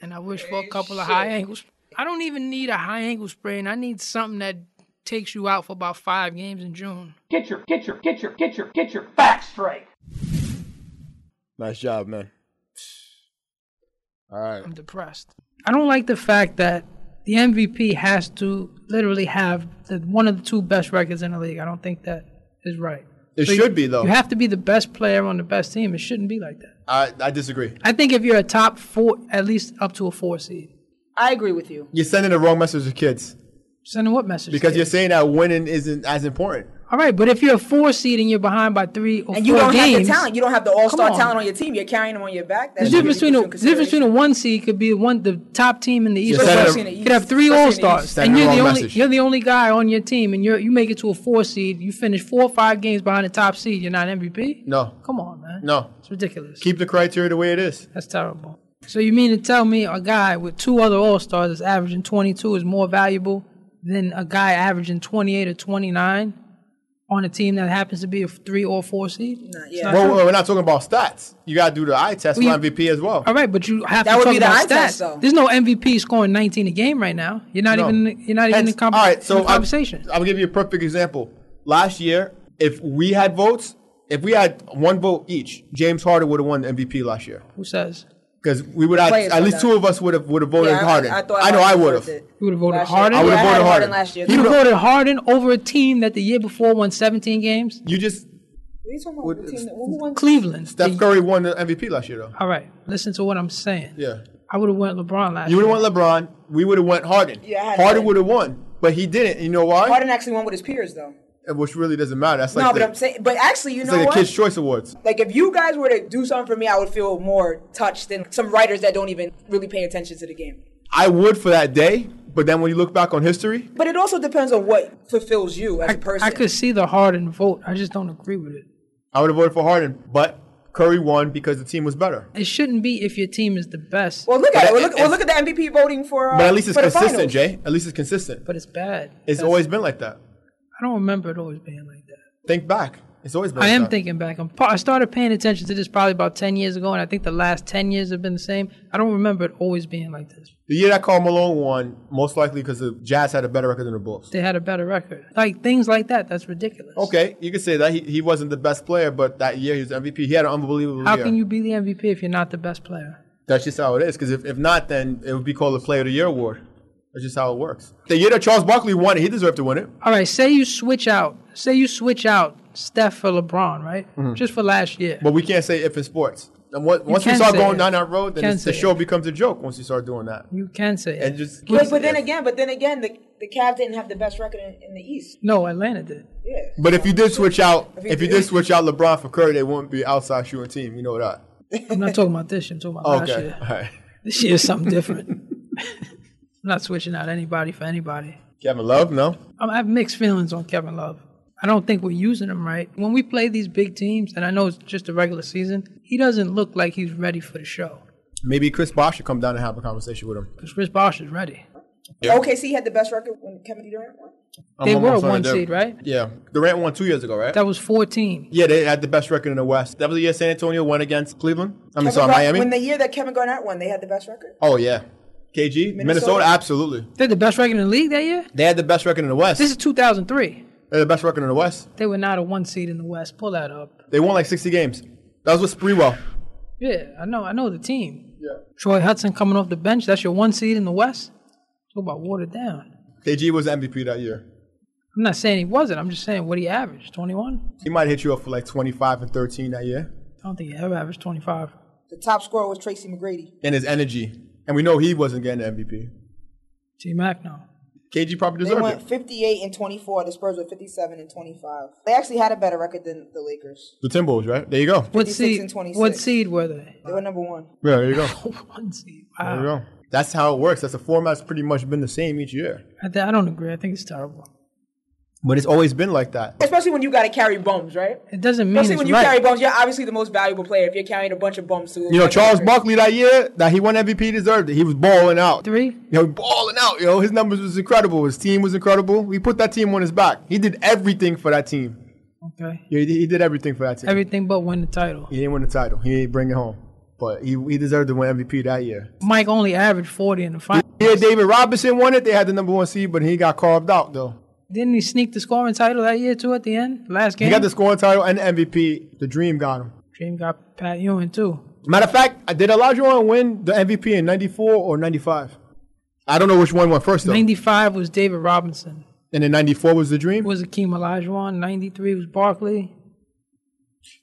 Speaker 10: And I wish for a couple of high angles. I don't even need a high angle sprain. I need something that takes you out for about five games in June.
Speaker 7: Get your, get your, get your, get your, get your facts straight.
Speaker 11: Nice job, man. All right.
Speaker 10: I'm depressed. I don't like the fact that the MVP has to literally have the, one of the two best records in the league. I don't think that is right.
Speaker 9: It
Speaker 10: So you-
Speaker 9: should be though.
Speaker 10: You have to be the best player on the best team. It shouldn't be like that.
Speaker 9: I, I disagree.
Speaker 10: I think if you're a top four, at least up to a four seed.
Speaker 1: I agree with you.
Speaker 9: You're sending the wrong message to kids
Speaker 10: Sending what message?
Speaker 9: because
Speaker 10: to
Speaker 9: you're
Speaker 10: them?
Speaker 9: saying that winning isn't as important.
Speaker 10: all right, but if you're a four seed and you're behind by three or
Speaker 1: And you
Speaker 10: four
Speaker 1: don't have
Speaker 10: games,
Speaker 1: the talent. You don't have the all star
Speaker 10: on.
Speaker 1: talent on your team. You're carrying them on your back.
Speaker 10: the
Speaker 1: That's
Speaker 10: difference between a,
Speaker 1: a
Speaker 10: the difference between a one seed could be one the top team in the East.
Speaker 9: You're sending
Speaker 10: could
Speaker 9: the-
Speaker 10: have- could have three
Speaker 1: Especially in
Speaker 10: All
Speaker 1: the
Speaker 10: Stars,
Speaker 1: East.
Speaker 10: and
Speaker 9: Sending
Speaker 10: you're
Speaker 9: the
Speaker 10: the
Speaker 9: wrong
Speaker 10: only
Speaker 9: message.
Speaker 10: you're the only guy on your team, and you you make it to a four seed. You finish four or five games behind the top seed. You're not MVP.
Speaker 9: No,
Speaker 10: Come on, man.
Speaker 9: no.
Speaker 10: it's ridiculous.
Speaker 9: Keep the criteria the way it is.
Speaker 10: That's terrible. So you mean to tell me a guy with two other All Stars that's averaging 22 is more valuable than a guy averaging 28 or 29 on a team that happens to be a three or four seed? It's not
Speaker 9: Well,
Speaker 10: true.
Speaker 9: we're not talking about stats. You got to do the eye test
Speaker 10: We-
Speaker 9: for MVP as well.
Speaker 10: All right, but you have
Speaker 1: That
Speaker 10: to
Speaker 1: would
Speaker 10: talk
Speaker 1: be the
Speaker 10: about
Speaker 1: eye
Speaker 10: stats.
Speaker 1: test, though.
Speaker 10: There's no MVP scoring 19 a game right now. You're not
Speaker 9: No.
Speaker 10: even you're not even in,
Speaker 9: Hence-
Speaker 10: the com-
Speaker 9: all right, so
Speaker 10: in the conversation.
Speaker 9: I'm, I'll give you a perfect example. Last year, if we had votes, if we had one vote each, James Harden would have won the MVP last year
Speaker 10: Who says
Speaker 9: because we would have
Speaker 1: Players
Speaker 9: at least
Speaker 1: vote
Speaker 9: two of us would have would have voted Harden. I, know I
Speaker 1: Harden
Speaker 9: would
Speaker 1: deserved
Speaker 9: have.
Speaker 1: it.
Speaker 10: you would have voted
Speaker 1: Last year.
Speaker 10: Harden?
Speaker 9: I would
Speaker 1: Yeah,
Speaker 9: have
Speaker 1: had
Speaker 9: voted
Speaker 1: Harden
Speaker 9: Harden.
Speaker 1: last year.
Speaker 10: You
Speaker 1: too.
Speaker 10: would have voted Harden over a team that the year before won 17 games.
Speaker 9: You just
Speaker 1: What are you talking about?
Speaker 9: Would-
Speaker 1: The team that- who won?
Speaker 10: Cleveland.
Speaker 9: Steph
Speaker 10: The-
Speaker 9: Curry won the MVP last year though.
Speaker 10: All right, listen to what I'm saying.
Speaker 9: Yeah,
Speaker 10: I would have went LeBron last.
Speaker 9: you would
Speaker 10: year.
Speaker 9: have won LeBron. We would have went Harden.
Speaker 1: Yeah, I had
Speaker 9: Harden
Speaker 1: Harden.
Speaker 9: would have won, but he didn't. You know why?
Speaker 1: Harden actually won with his peers, though.
Speaker 9: Which really doesn't matter. That's like
Speaker 1: no,
Speaker 9: the,
Speaker 1: but I'm saying, but actually, you
Speaker 9: it's
Speaker 1: know
Speaker 9: like
Speaker 1: what?
Speaker 9: the Kids Choice Awards.
Speaker 1: Like if you guys were to do something for me, I would feel more touched than some writers that don't even really pay attention to the game.
Speaker 9: I would for that day, but then when you look back on history,
Speaker 1: But it also depends on what fulfills you as a person.
Speaker 10: I could see the Harden vote. I just don't agree with it.
Speaker 9: I would have voted for Harden, but Curry won because the team was better.
Speaker 10: It shouldn't be if your team is the best,
Speaker 1: Well, look at
Speaker 9: But
Speaker 1: it. Well
Speaker 9: it-
Speaker 1: look, well, look at the MVP voting for. Uh,
Speaker 9: But at least it's
Speaker 1: for the
Speaker 9: consistent,
Speaker 1: finals.
Speaker 9: Jay. At least it's consistent.
Speaker 10: but it's bad.
Speaker 9: It's
Speaker 10: That's-
Speaker 9: always been like that.
Speaker 10: I don't remember it always being like that.
Speaker 9: Think back. It's always been.
Speaker 10: I
Speaker 9: like
Speaker 10: am
Speaker 9: that.
Speaker 10: thinking back. I'm, pa- I started paying attention to this probably about ten years ago, and I think the last ten years have been the same. I don't remember it always being like this.
Speaker 9: The year that Carl Malone won, most likely because the Jazz had a better record than the Bulls.
Speaker 10: They had a better record, like things like that. That's ridiculous.
Speaker 9: Okay, you could say that he, he wasn't the best player, but that year he was MVP. He had an unbelievable
Speaker 10: How
Speaker 9: year.
Speaker 10: can you be the MVP if you're not the best player?
Speaker 9: That's just how it is. Because if, if not, then it would be called the Player of the Year award. That's just how it works. The year that Charles Barkley won it, he deserved to win it.
Speaker 10: All right, say you switch out. Say you switch out Steph for LeBron, right? Just for last year.
Speaker 9: Mm-hmm. But we can't say if in sports. And what, once we
Speaker 10: can
Speaker 9: start
Speaker 10: say
Speaker 9: going
Speaker 10: if.
Speaker 9: down that road, then
Speaker 10: Can
Speaker 9: it's- the
Speaker 10: say
Speaker 9: show
Speaker 10: if.
Speaker 9: becomes a joke once you start doing that.
Speaker 10: you can say
Speaker 9: And
Speaker 10: it.
Speaker 9: just
Speaker 1: But, but then again, but then again, the the Cavs didn't have the best record in, in the East.
Speaker 10: No, Atlanta did.
Speaker 1: Yeah.
Speaker 9: But if you did switch out,
Speaker 1: If you
Speaker 9: if you
Speaker 1: did-
Speaker 9: did switch out LeBron for Curry, they wouldn't be outside shooting team. You know that.
Speaker 10: I'm not talking about this year. I'm talking about last
Speaker 9: Okay.
Speaker 10: year.
Speaker 9: All right.
Speaker 10: This year is something different. I'm not switching out anybody for anybody.
Speaker 9: Kevin Love, no.
Speaker 10: Um, I have mixed feelings on Kevin Love. I don't think we're using him right. When we play these big teams, and I know it's just a regular season, he doesn't look like he's ready for the show.
Speaker 9: Maybe Chris Bosh should come down and have a conversation with him.
Speaker 10: Because Chris Bosh is ready.
Speaker 1: OKC had the best record when Kevin Durant won.
Speaker 9: I'm
Speaker 10: They were
Speaker 9: almost
Speaker 10: one
Speaker 9: certain they-
Speaker 10: seed, right?
Speaker 9: Yeah. Durant won two years ago, right?
Speaker 10: That was 14.
Speaker 9: yeah, they had the best record in the West. That was the year San Antonio went against Cleveland. I mean,
Speaker 1: Kevin
Speaker 9: sorry,
Speaker 1: Gar-
Speaker 9: Miami.
Speaker 1: When the year that Kevin Garnett won, they had the best record.
Speaker 9: oh yeah, KG, Minnesota?
Speaker 1: Minnesota?
Speaker 9: absolutely.
Speaker 10: They're the best record in the league that year?
Speaker 9: They had the best record in the West.
Speaker 10: This is 2003.
Speaker 9: They're the best record in the West.
Speaker 10: They were not a one seed in the West. Pull that up.
Speaker 9: They won like 60 games. That was with Spreewell.
Speaker 10: Yeah, I know. I know the team. Yeah. Troy Hudson coming off the bench. That's your one seed in the West. Talk about watered down.
Speaker 9: KG was the MVP that year.
Speaker 10: I'm not saying he wasn't. I'm just saying what he averaged. 21.
Speaker 9: He might hit you up for like 25 and 13 that year.
Speaker 10: I don't think he ever averaged 25.
Speaker 1: The top scorer was Tracy McGrady.
Speaker 9: And his energy. And we know he wasn't getting the MVP.
Speaker 10: T Mac no.
Speaker 9: KG probably
Speaker 1: They
Speaker 9: deserved
Speaker 1: went
Speaker 9: it.
Speaker 1: 58 and 24. The Spurs were 57 and 25. They actually had a better record than the Lakers.
Speaker 9: The Timberwolves, right? There you go.
Speaker 10: What
Speaker 1: 56
Speaker 10: seed?
Speaker 1: and 26.
Speaker 10: What seed were they?
Speaker 1: They were number one.
Speaker 9: Yeah, there you go.
Speaker 10: one seed.
Speaker 9: There you
Speaker 10: Wow.
Speaker 9: go. That's how it works. That's the format's pretty much been the same each year.
Speaker 10: I, th- I don't agree. I think it's terrible.
Speaker 9: But it's always been like that.
Speaker 1: Especially when you got to carry bums, right?
Speaker 10: It doesn't mean
Speaker 1: Especially
Speaker 10: it's
Speaker 1: when you
Speaker 10: right.
Speaker 1: carry bums, you're obviously the most valuable player if you're carrying a bunch of bums. To
Speaker 9: You know, Charles Barkley that year that he won MVP deserved it. He was balling out. You
Speaker 10: Three.
Speaker 9: know, balling out. Yo, his numbers was incredible. His team was incredible. We put that team on his back. He did everything for that team.
Speaker 10: Okay.
Speaker 9: Yeah, he did- he did everything for that team.
Speaker 10: Everything but win the title.
Speaker 9: he didn't win the title. He didn't bring it home. But he, he deserved to win MVP that year.
Speaker 10: Mike only averaged 40 in the final.
Speaker 9: Yeah, David Robinson won it. They had the number one seed, but he got carved out though.
Speaker 10: Didn't he sneak the scoring title that year too at the end? Last game.
Speaker 9: He got the scoring title and the MVP. The dream got him.
Speaker 10: Dream got Pat Ewing too.
Speaker 9: Matter of fact, uh, did Olajuwon win the MVP in '94 or '95? I don't know which one went first though.
Speaker 10: 95 was David Robinson.
Speaker 9: and then '94 was the dream.
Speaker 10: It was Akeem Olajuwon. 93 was Barkley.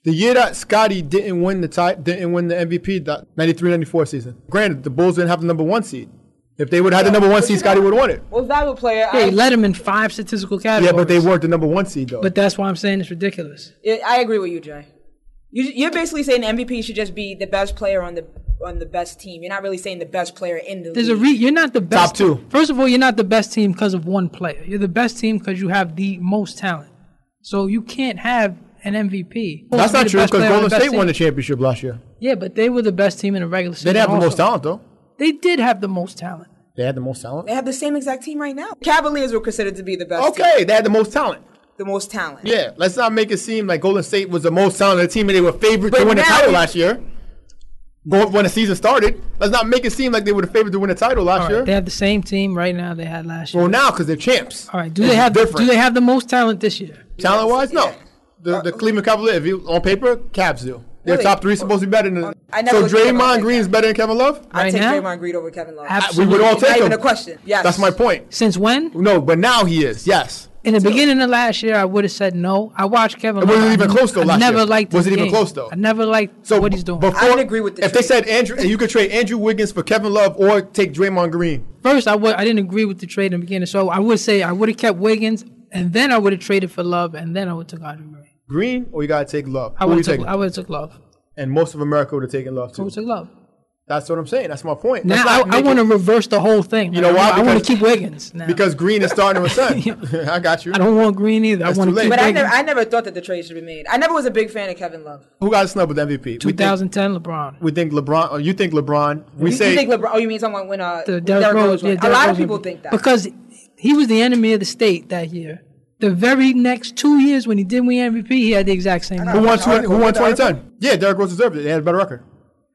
Speaker 9: The year that Scotty didn't win the tie, didn't win the MVP, that 93-94 season. Granted, the Bulls didn't have the number one seed. If they would have had the number one seed, Scotty would have won it.
Speaker 1: Most valuable player.
Speaker 10: Hey,
Speaker 1: I,
Speaker 10: let him in five statistical categories.
Speaker 9: Yeah, but they weren't the number one seed though.
Speaker 10: But that's why I'm saying it's ridiculous.
Speaker 1: Yeah, I agree with you, Jay. You, you're basically saying MVP should just be the best player on the on the best team. You're not really saying the best player in the
Speaker 10: There's a
Speaker 1: league.
Speaker 10: re- you're not the best.
Speaker 9: Top two.
Speaker 10: First of all, you're not the best team because of one player. You're the best team because you have the most talent. So you can't have an MVP.
Speaker 9: That's
Speaker 10: You're
Speaker 9: not
Speaker 10: the
Speaker 9: true
Speaker 10: best
Speaker 9: because
Speaker 10: player on
Speaker 9: Golden
Speaker 10: best
Speaker 9: State won the
Speaker 10: team.
Speaker 9: championship last year.
Speaker 10: Yeah, but they were the best team in the regular
Speaker 9: They
Speaker 10: season.
Speaker 9: didn't have the most
Speaker 10: also.
Speaker 9: talent though.
Speaker 10: They did have the most talent.
Speaker 9: They had the most talent.
Speaker 1: They have the same exact team right now. Cavaliers were considered to be the best team,
Speaker 9: Okay, they had the most talent.
Speaker 1: the most talent.
Speaker 9: Yeah, let's not make it seem like Golden State was the most talented team and they were favored to
Speaker 1: But
Speaker 9: win the
Speaker 1: now
Speaker 9: title
Speaker 1: you-
Speaker 9: last year. Go- When the season started, let's not make it seem like they were the favorite to win the title last
Speaker 10: All right,
Speaker 9: year.
Speaker 10: They have the same team right now they had last year.
Speaker 9: well, now because they're champs.
Speaker 10: All right, do they have do they have the most talent this year?
Speaker 9: talent wise? No,
Speaker 1: Yeah. Uh,
Speaker 9: the, the Cleveland Cavaliers, if you, on paper, Cavs do. Their
Speaker 1: Really?
Speaker 9: top three supposed to be better than.
Speaker 1: I never
Speaker 9: So
Speaker 1: looked at them like
Speaker 9: Draymond
Speaker 1: that.
Speaker 9: Green is better than Kevin Love.
Speaker 1: I
Speaker 10: Right
Speaker 1: take
Speaker 10: now?
Speaker 1: Draymond Green over Kevin Love.
Speaker 10: Ab-
Speaker 9: We would all
Speaker 1: Not
Speaker 9: take
Speaker 1: even a
Speaker 9: him.
Speaker 1: question. Yes,
Speaker 9: That's my point.
Speaker 10: Since when?
Speaker 9: No, but now he is. Yes.
Speaker 10: In the beginning of last year, I would have said no. I watched Kevin.
Speaker 9: uh, It
Speaker 10: Love.
Speaker 9: wasn't even
Speaker 10: I-
Speaker 9: close, though,
Speaker 10: I
Speaker 9: last
Speaker 10: never
Speaker 9: year.
Speaker 10: liked. his
Speaker 9: Wasn't even
Speaker 10: game.
Speaker 9: close, though.
Speaker 10: I never liked
Speaker 9: So
Speaker 10: what he's doing.
Speaker 9: Before,
Speaker 1: I would agree with the
Speaker 9: If they
Speaker 1: trade.
Speaker 9: said Andrew, and you could trade Andrew Wiggins for Kevin Love or take Draymond Green.
Speaker 10: First, I would I didn't agree with the trade in the beginning, so I would say I would have kept Wiggins, and then I would have traded for Love, and then I would have took Andre Murray.
Speaker 9: Green or you gotta take Love. Who are
Speaker 10: I
Speaker 9: you
Speaker 10: would have
Speaker 9: taking?
Speaker 10: took I would have took Love.
Speaker 9: and most of America would have taken Love
Speaker 10: I
Speaker 9: too.
Speaker 10: would have took Love.
Speaker 9: That's what I'm saying. That's my point.
Speaker 10: Now
Speaker 9: Let's not
Speaker 10: I, I
Speaker 9: make
Speaker 10: want to
Speaker 9: it-
Speaker 10: reverse the whole thing.
Speaker 9: You know
Speaker 10: Like,
Speaker 9: why?
Speaker 10: I want
Speaker 9: Because-
Speaker 10: to keep Wiggins now
Speaker 9: because Green is starting to ascend. I got you.
Speaker 10: I don't want Green either. I
Speaker 9: That's
Speaker 10: want
Speaker 9: too
Speaker 10: to
Speaker 9: late.
Speaker 10: keep
Speaker 1: But I
Speaker 10: Wiggins.
Speaker 1: never, I never thought that the trade should be made. I never was a big fan of Kevin Love.
Speaker 9: Who got snubbed with MVP? We think,
Speaker 10: 2010 LeBron.
Speaker 9: we think LeBron. Or you think LeBron? We
Speaker 1: You-
Speaker 9: say
Speaker 1: you think LeBron? Oh, you mean someone when uh,
Speaker 10: the
Speaker 1: when
Speaker 10: Derrick
Speaker 1: Derrick
Speaker 10: Rose.
Speaker 1: won.
Speaker 10: yeah,
Speaker 1: a
Speaker 10: Derrick
Speaker 1: lot
Speaker 10: Rose
Speaker 1: of people
Speaker 10: won.
Speaker 1: think that
Speaker 10: because he was the enemy of the state that year. The very next two years when he did win MVP, he had the exact same.
Speaker 9: who
Speaker 10: number.
Speaker 9: won?
Speaker 1: Article,
Speaker 9: 20, who won
Speaker 1: article.
Speaker 9: 2010? Yeah, Derrick Rose deserved it. They had a better record.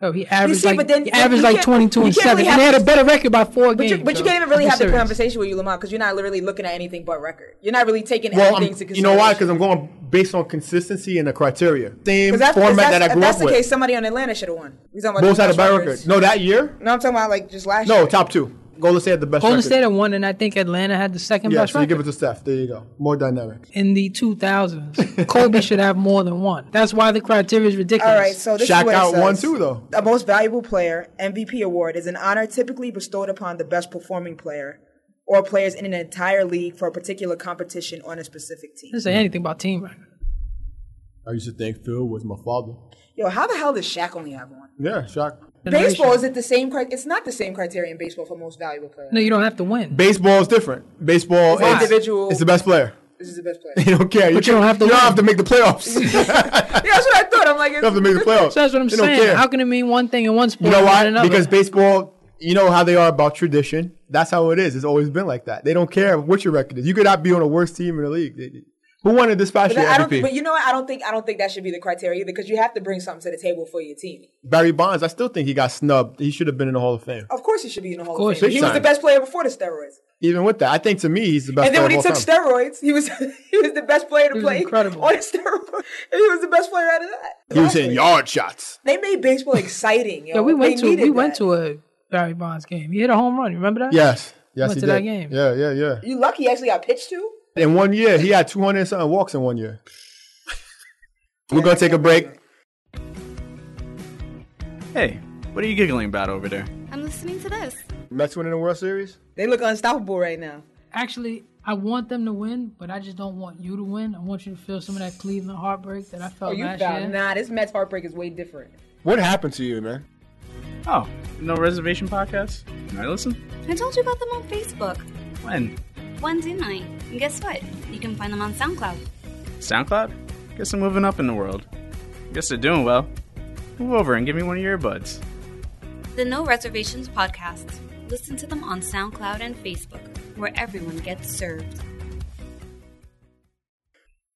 Speaker 10: So Oh, he averaged
Speaker 1: see,
Speaker 10: like
Speaker 1: but then-
Speaker 10: he
Speaker 1: then
Speaker 10: averaged
Speaker 1: you
Speaker 10: like
Speaker 1: can't-
Speaker 10: 22 and
Speaker 1: you can't
Speaker 10: 7.
Speaker 1: really
Speaker 10: and
Speaker 1: have-
Speaker 10: they had a better record by four
Speaker 1: But you,
Speaker 10: games.
Speaker 1: but you
Speaker 10: so
Speaker 1: can't even really
Speaker 10: I'm
Speaker 1: have the
Speaker 10: serious.
Speaker 1: conversation with you, Lamont, because you're not literally looking at anything but record. You're not really taking
Speaker 9: Well,
Speaker 1: anything
Speaker 9: I'm-
Speaker 1: into consideration.
Speaker 9: you know why? Because I'm going based on consistency and the criteria. Same
Speaker 1: 'Cause that's, 'cause
Speaker 9: format
Speaker 1: that's-
Speaker 9: that I
Speaker 1: If
Speaker 9: grew
Speaker 1: that's
Speaker 9: up
Speaker 1: the
Speaker 9: with.
Speaker 1: case, somebody on Atlanta should have won. We talking about
Speaker 9: Bulls
Speaker 1: the
Speaker 9: had a
Speaker 1: best
Speaker 9: better
Speaker 1: records.
Speaker 9: record. No, that year.
Speaker 1: No, I'm talking about like just last year.
Speaker 9: No, top two. Golden State had the best.
Speaker 10: Golden
Speaker 9: record.
Speaker 10: State had won, and I think Atlanta had the second
Speaker 9: Yeah,
Speaker 10: best
Speaker 9: so you give it
Speaker 10: record
Speaker 9: to Steph. There you go. More dynamic.
Speaker 10: in the 2000s. Kobe should have more than one. That's why the criteria is ridiculous.
Speaker 1: All right, so this
Speaker 9: Shaq
Speaker 1: is what it
Speaker 9: out
Speaker 1: says.
Speaker 9: one, too, though.
Speaker 1: The most valuable player MVP award is an honor typically bestowed upon the best performing player or players in an entire league for a particular competition on a specific team.
Speaker 10: Doesn't say anything about team record.
Speaker 9: I used to think Phil was my father.
Speaker 1: Yo, how the hell does Shaq only have one?
Speaker 9: Yeah, Shaq.
Speaker 1: Baseball is it the same? Cri- it's not the same criteria in baseball for most valuable player.
Speaker 10: No, you don't have to win.
Speaker 9: Baseball is different. Baseball
Speaker 1: It's
Speaker 9: is
Speaker 1: individual.
Speaker 9: It's the best player.
Speaker 1: This is the best player.
Speaker 9: They don't care.
Speaker 10: But you don't have to
Speaker 9: You don't
Speaker 10: win.
Speaker 9: have to make the playoffs. you don't
Speaker 1: Yeah, that's what I thought. I'm like,
Speaker 9: have to make the playoffs.
Speaker 10: So that's what I'm
Speaker 9: They don't
Speaker 10: saying.
Speaker 9: care.
Speaker 10: How can it mean one thing in one sport
Speaker 9: You know
Speaker 10: and not
Speaker 9: why?
Speaker 10: another?
Speaker 9: Because baseball, you know how they are about tradition. That's how it is. It's always been like that. They don't care what your record is. You could not be on the worst team in the league. They- Who wanted this past
Speaker 1: but,
Speaker 9: year
Speaker 1: I don't,
Speaker 9: MVP?
Speaker 1: but you know what? I don't think I don't think that should be the criteria either because you have to bring something to the table for your team.
Speaker 9: Barry Bonds. I still think he got snubbed. He should have been in the Hall of Fame.
Speaker 1: Of course, he should be in the Hall of,
Speaker 10: course,
Speaker 1: Fame.
Speaker 9: big
Speaker 1: He was the
Speaker 9: time.
Speaker 1: best player before the steroids.
Speaker 9: Even with that, I think to me he's the best.
Speaker 1: and then when
Speaker 9: player
Speaker 1: he
Speaker 9: of all
Speaker 1: took
Speaker 9: time.
Speaker 1: steroids, he was he was the best player to
Speaker 9: was
Speaker 1: play
Speaker 9: incredible.
Speaker 1: on steroids. And he was the best player out of that.
Speaker 9: he was hitting yard shots.
Speaker 1: They made baseball exciting. Yo.
Speaker 10: Yeah, we
Speaker 1: They
Speaker 10: went to we
Speaker 1: needed
Speaker 10: went to a Barry Bonds game. He hit a home run. You remember that?
Speaker 9: Yes, yes,
Speaker 10: went
Speaker 9: he
Speaker 10: to
Speaker 9: did.
Speaker 10: that game.
Speaker 9: Yeah, yeah, yeah.
Speaker 1: that. You lucky he actually got pitched to.
Speaker 9: In one year, he had 200 and something walks in one year. We're going to take a break.
Speaker 12: Hey, what are you giggling about over there?
Speaker 10: I'm listening to this.
Speaker 9: Mets winning the World Series?
Speaker 1: They look unstoppable right now.
Speaker 10: Actually, I want them to win, but I just don't want you to win. I want you to feel some of that Cleveland heartbreak that I
Speaker 1: Oh,
Speaker 10: felt
Speaker 1: you
Speaker 10: last
Speaker 1: found
Speaker 10: year.
Speaker 1: nah. This Mets heartbreak is way different.
Speaker 9: What happened to you, man?
Speaker 12: Oh, no reservation podcast? Can I listen?
Speaker 13: I told you about them on Facebook.
Speaker 12: When?
Speaker 13: One didn't I? And guess what? You can find them on SoundCloud.
Speaker 12: SoundCloud? Guess I'm moving up in the world. Guess they're doing well. Move over and give me one of your earbuds.
Speaker 13: The No Reservations podcast. Listen to them on SoundCloud and Facebook, where everyone gets served.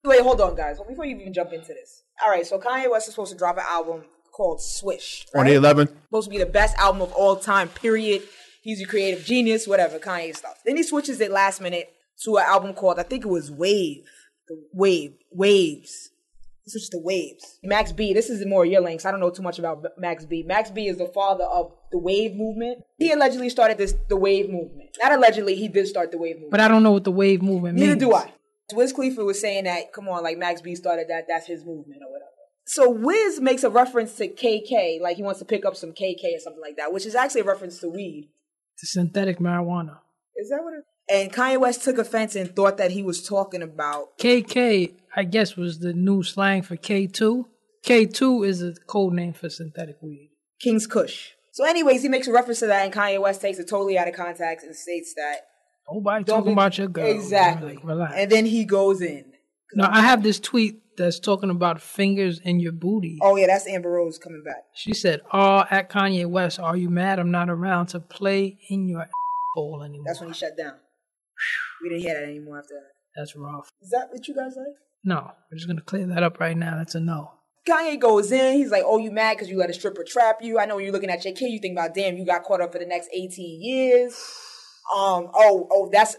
Speaker 1: Wait, hold on, guys. Before you even jump into this, all right. So Kanye West is supposed to drop an album called Swish.
Speaker 9: On the 11th,
Speaker 1: supposed to be the best album of all time, period. He's a creative genius, whatever, Kanye stuff. Then he switches it last minute to an album called, I think it was Wave. The Wave. Waves. He switched to Waves. Max B, this is more your links. I don't know too much about Max B. Max B is the father of the Wave movement. He allegedly started this the Wave movement. Not allegedly, he did start the Wave movement.
Speaker 10: But I don't know what the wave movement
Speaker 1: Neither
Speaker 10: means.
Speaker 1: do I. Wiz Khalifa was saying that, come on, like Max B started that, that's his movement or whatever. So Wiz makes a reference to KK, like he wants to pick up some KK or something like that, which is actually a reference to weed.
Speaker 10: It's synthetic marijuana.
Speaker 1: Is that what it And Kanye West took offense and thought that he was talking about
Speaker 10: KK, I guess, was the new slang for K2. K2 is a code name for synthetic weed.
Speaker 1: King's Kush. So, anyways, he makes a reference to that, and Kanye West takes it totally out of context and states that
Speaker 10: Nobody
Speaker 1: Don't
Speaker 10: talking
Speaker 1: be-
Speaker 10: about your girl.
Speaker 1: Exactly.
Speaker 10: relax.
Speaker 1: And then he goes in.
Speaker 10: No, I have this tweet that's talking about fingers in your booty.
Speaker 1: Oh yeah, that's Amber Rose coming back.
Speaker 10: She said, "Oh, at Kanye West, are you mad? I'm not around to play in your hole anymore."
Speaker 1: That's when he shut down. We didn't hear that anymore after that.
Speaker 10: That's rough.
Speaker 1: Is that what you guys like?
Speaker 10: No, we're just gonna clear that up right now. That's a no.
Speaker 1: Kanye goes in. He's like, "Oh, you mad because you let a stripper trap you? I know you're looking at your kid. You think about, damn, you got caught up for the next 18 years. Um, oh, oh, that's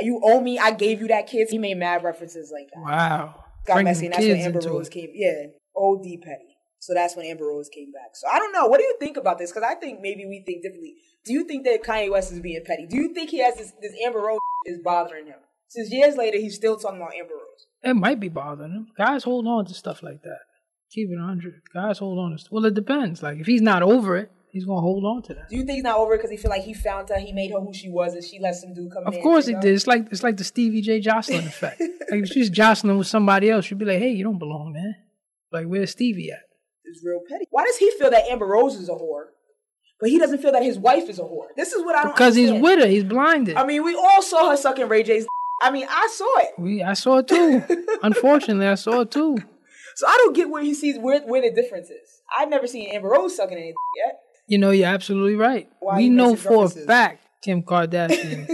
Speaker 1: you owe me. I gave you that kid. He made mad references like that.
Speaker 10: Wow.
Speaker 1: Got
Speaker 10: Bringing
Speaker 1: messy, and that's when
Speaker 10: kids
Speaker 1: Amber
Speaker 10: into
Speaker 1: Rose
Speaker 10: it.
Speaker 1: came. Yeah, OD petty. So that's when Amber Rose came back. So I don't know. What do you think about this? Because I think maybe we think differently. Do you think that Kanye West is being petty? Do you think he has this, this Amber Rose is bothering him? Since years later, he's still talking about Amber Rose.
Speaker 10: It might be bothering him. Guys hold on to stuff like that. Keep it 100. Guys hold on to st- Well, it depends. Like, if he's not over it, he's going to hold on to that.
Speaker 1: Do you think he's not over it because he feel like he found her, he made her who she was, and she let some dude come in?
Speaker 10: Of course
Speaker 1: you
Speaker 10: he
Speaker 1: know?
Speaker 10: did. It's like it's like the Stevie J Jocelyn effect. like, if she's jostling with somebody else, she'd be like, hey, you don't belong there. Like, where's Stevie at?
Speaker 1: It's real petty. Why does he feel that Amber Rose is a whore, but he doesn't feel that his wife is a whore? This is what I don't.
Speaker 10: Because he's
Speaker 1: understand.
Speaker 10: with her. He's blinded.
Speaker 1: I mean, we all saw her sucking Ray J's. I mean, I saw it.
Speaker 10: we, I saw it too. Unfortunately, I saw it too.
Speaker 1: So I don't get where he sees where where the difference is. I've never seen Amber Rose sucking any yet.
Speaker 10: You know, you're absolutely right.
Speaker 1: Why
Speaker 10: we
Speaker 1: he
Speaker 10: know
Speaker 1: makes his
Speaker 10: for a
Speaker 1: references.
Speaker 10: fact Kim Kardashian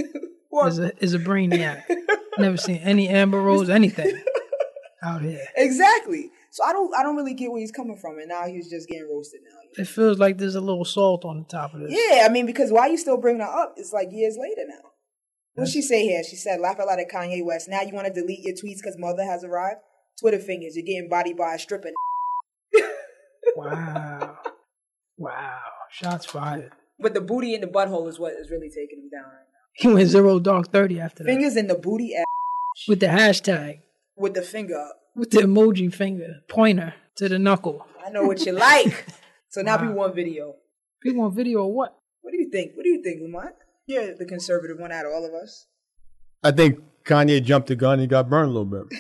Speaker 10: is a is a brainiac. Never seen any Amber Rose anything out here.
Speaker 1: Exactly. So I don't I don't really get where he's coming from, and now he's just getting roasted now.
Speaker 10: It feels like there's a little salt on the top of this.
Speaker 1: Yeah, I mean, because why you still bringing her up? It's like years later now. What she say here? She said, "Laugh out loud at Kanye West." Now you want to delete your tweets because mother has arrived. Twitter fingers, you're getting bodied by a stripper.
Speaker 10: Wow. Wow. Shots fired.
Speaker 1: But the booty in the butthole is what is really taking him down. right
Speaker 10: He went zero dark thirty after
Speaker 1: now.
Speaker 10: that
Speaker 1: Fingers in the booty ass
Speaker 10: with the hashtag,
Speaker 1: with the finger up.
Speaker 10: with the emoji finger pointer to the knuckle.
Speaker 1: I know what you like. So now people want video.
Speaker 10: People want video or what?
Speaker 1: What do you think? What do you think, Lamont? You're the conservative one out of all of us.
Speaker 9: I think Kanye jumped the gun and he got burned a little bit.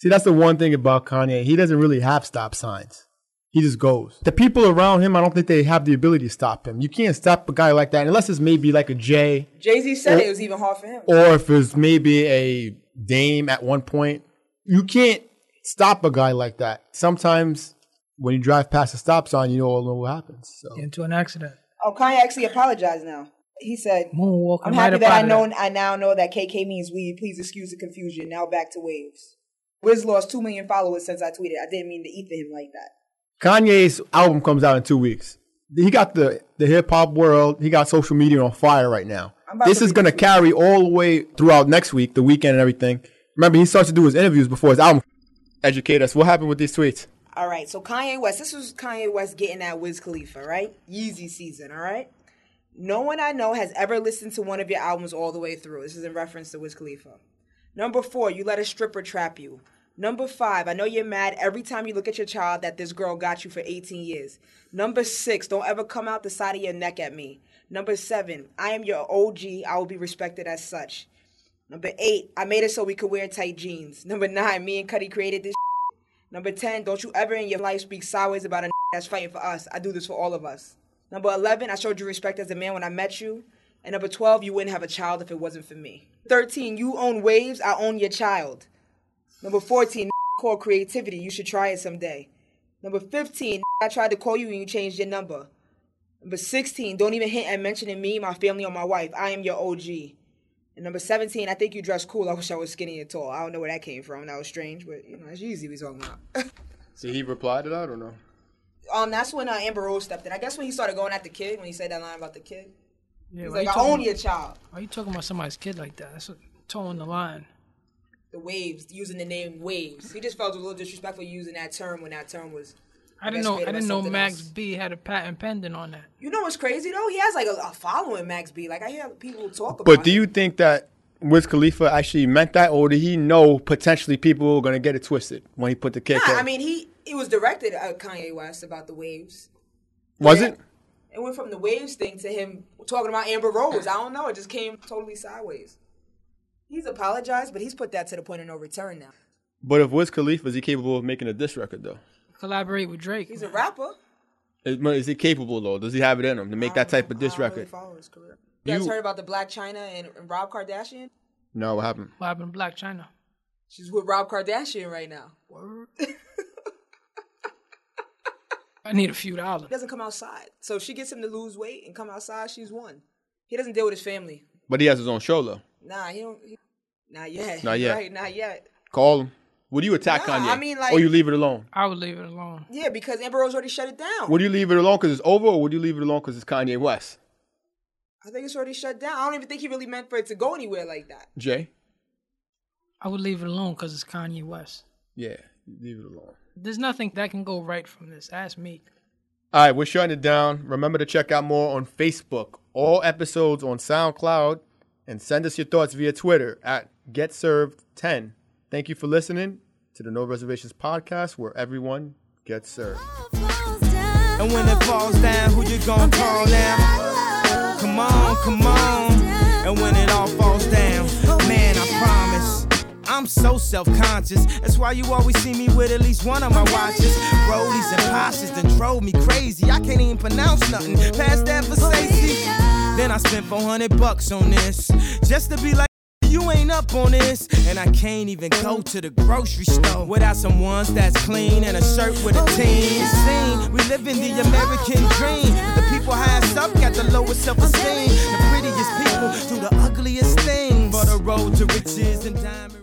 Speaker 9: See, that's the one thing about Kanye. He doesn't really have stop signs. He just goes. The people around him, I don't think they have the ability to stop him. You can't stop a guy like that unless it's maybe like a Jay
Speaker 1: Jay Z said it was even hard for him.
Speaker 9: or if it's maybe a Dame at one point. You can't stop a guy like that. Sometimes when you drive past a stop sign, you all know what happens. So.
Speaker 10: Into an accident.
Speaker 1: Oh, Kanye actually apologized now. He said,
Speaker 10: Moonwalking.
Speaker 1: "I'm
Speaker 10: right
Speaker 1: happy
Speaker 10: up
Speaker 1: that
Speaker 10: out
Speaker 1: I
Speaker 10: of
Speaker 1: know I now know that KK means weed. Please excuse the confusion. Now back to waves. Wiz lost two million followers since I tweeted. I didn't mean to ether him like that.
Speaker 9: Kanye's album comes out in two weeks. He got the, the hip hop world, he got social media on fire right now.
Speaker 1: I'm about
Speaker 9: this
Speaker 1: to
Speaker 9: is
Speaker 1: read
Speaker 9: going to carry all the way throughout next week, the weekend, and everything. Remember, he starts to do his interviews before his album. Educate us. What happened with these tweets?
Speaker 1: All right, so Kanye West, this was Kanye West getting at Wiz Khalifa, right? Yeezy season, all right? No one I know has ever listened to one of your albums all the way through. This is in reference to Wiz Khalifa. Number four, you let a stripper trap you. Number five, I know you're mad every time you look at your child that this girl got you for 18 years. Number six, don't ever come out the side of your neck at me. Number seven, I am your OG. I will be respected as such. Number eight, I made it so we could wear tight jeans. Number nine, me and Cuddy created this. Number 10, don't you ever in your life speak sideways about a that's fighting for us. I do this for all of us. Number 11, I showed you respect as a man when I met you. And number 12, you wouldn't have a child if it wasn't for me. 13, you own waves, I own your child. Number 14, call creativity, you should try it someday. Number 15, I tried to call you and you changed your number. Number 16, don't even hint at mentioning me, my family, or my wife. I am your OG. And number 17, I think you dress cool. I wish I was skinny and tall. I don't know where that came from. That was strange, but you know, it's Yeezy we talking about.
Speaker 11: See, he replied to that or no?
Speaker 1: Um, that's when uh, Amber Rose stepped in. I guess when he started going at the kid, when he said that line about the kid.
Speaker 10: Yeah,
Speaker 1: He's
Speaker 10: why
Speaker 1: like,
Speaker 10: you
Speaker 1: I
Speaker 10: talking
Speaker 1: own
Speaker 10: about-
Speaker 1: your child.
Speaker 10: Why you talking about somebody's kid like that? That's towing the line.
Speaker 1: The waves, using the name waves. He just felt a little disrespectful using that term when that term was.
Speaker 10: I didn't know. I
Speaker 1: masqueraded as
Speaker 10: didn't know
Speaker 1: something
Speaker 10: Max
Speaker 1: else.
Speaker 10: B had a patent pending on that.
Speaker 1: You know what's crazy though? He has like a, a following, Max B. Like I hear people talk about.
Speaker 9: But do you think that Wiz Khalifa actually meant that, or did he know potentially people were going to get it twisted when he put the kick
Speaker 1: Nah,
Speaker 9: in?
Speaker 1: I mean he it was directed at Kanye West about the waves.
Speaker 9: Was it?
Speaker 1: It went from the waves thing to him talking about Amber Rose. I don't know. It just came totally sideways. He's apologized, but he's put that to the point of no return now.
Speaker 11: But if Wiz Khalifa is he capable of making a diss record though?
Speaker 10: Collaborate with Drake.
Speaker 1: He's a rapper.
Speaker 11: Is, is he capable though? Does he have it in him to make that type of diss record?
Speaker 1: follow his career. You
Speaker 11: You-
Speaker 1: guys heard about the Black China and, and Rob Kardashian?
Speaker 11: No, what happened?
Speaker 10: What happened to Black China?
Speaker 1: She's with Rob Kardashian right now.
Speaker 10: I need a few dollars.
Speaker 1: He doesn't come outside. So if she gets him to lose weight and come outside, she's won. He doesn't deal with his family.
Speaker 11: But he has his own show though.
Speaker 1: Nah, he don't. He, not yet.
Speaker 11: Not yet.
Speaker 1: Right, not yet.
Speaker 11: Call him. Would you attack
Speaker 1: Nah,
Speaker 11: Kanye?
Speaker 1: I mean, like-
Speaker 11: or you leave it alone?
Speaker 10: I would leave it alone.
Speaker 1: Yeah, because Amber Rose already shut it down.
Speaker 11: Would you leave it alone because it's over, or would you leave it alone because it's Kanye West?
Speaker 1: I think it's already shut down. I don't even think he really meant for it to go anywhere like that.
Speaker 11: Jay.
Speaker 10: I would leave it alone because it's Kanye West.
Speaker 11: Yeah, leave it alone.
Speaker 10: There's nothing that can go right from this. Ask me.
Speaker 11: All right, we're shutting it down. Remember to check out more on Facebook, all episodes on SoundCloud, and send us your thoughts via Twitter at GetServed10. Thank you for listening to the No Reservations podcast where everyone gets served.
Speaker 14: And when it falls down, who you gonna call now? Come on, come on. And when it all falls down, man, I promise. I'm so self-conscious. That's why you always see me with at least one of my watches. Rollies and posses that drove me crazy. I can't even pronounce nothing. Pass that for safety. Then I spent 400 bucks on this. Just to be like you ain't up on this, and I can't even go to the grocery store without some ones that's clean and a shirt with a team. Scene, we live in the American dream. The people highest up got the lowest self-esteem. The prettiest people do the ugliest things. For the road to riches and diamonds.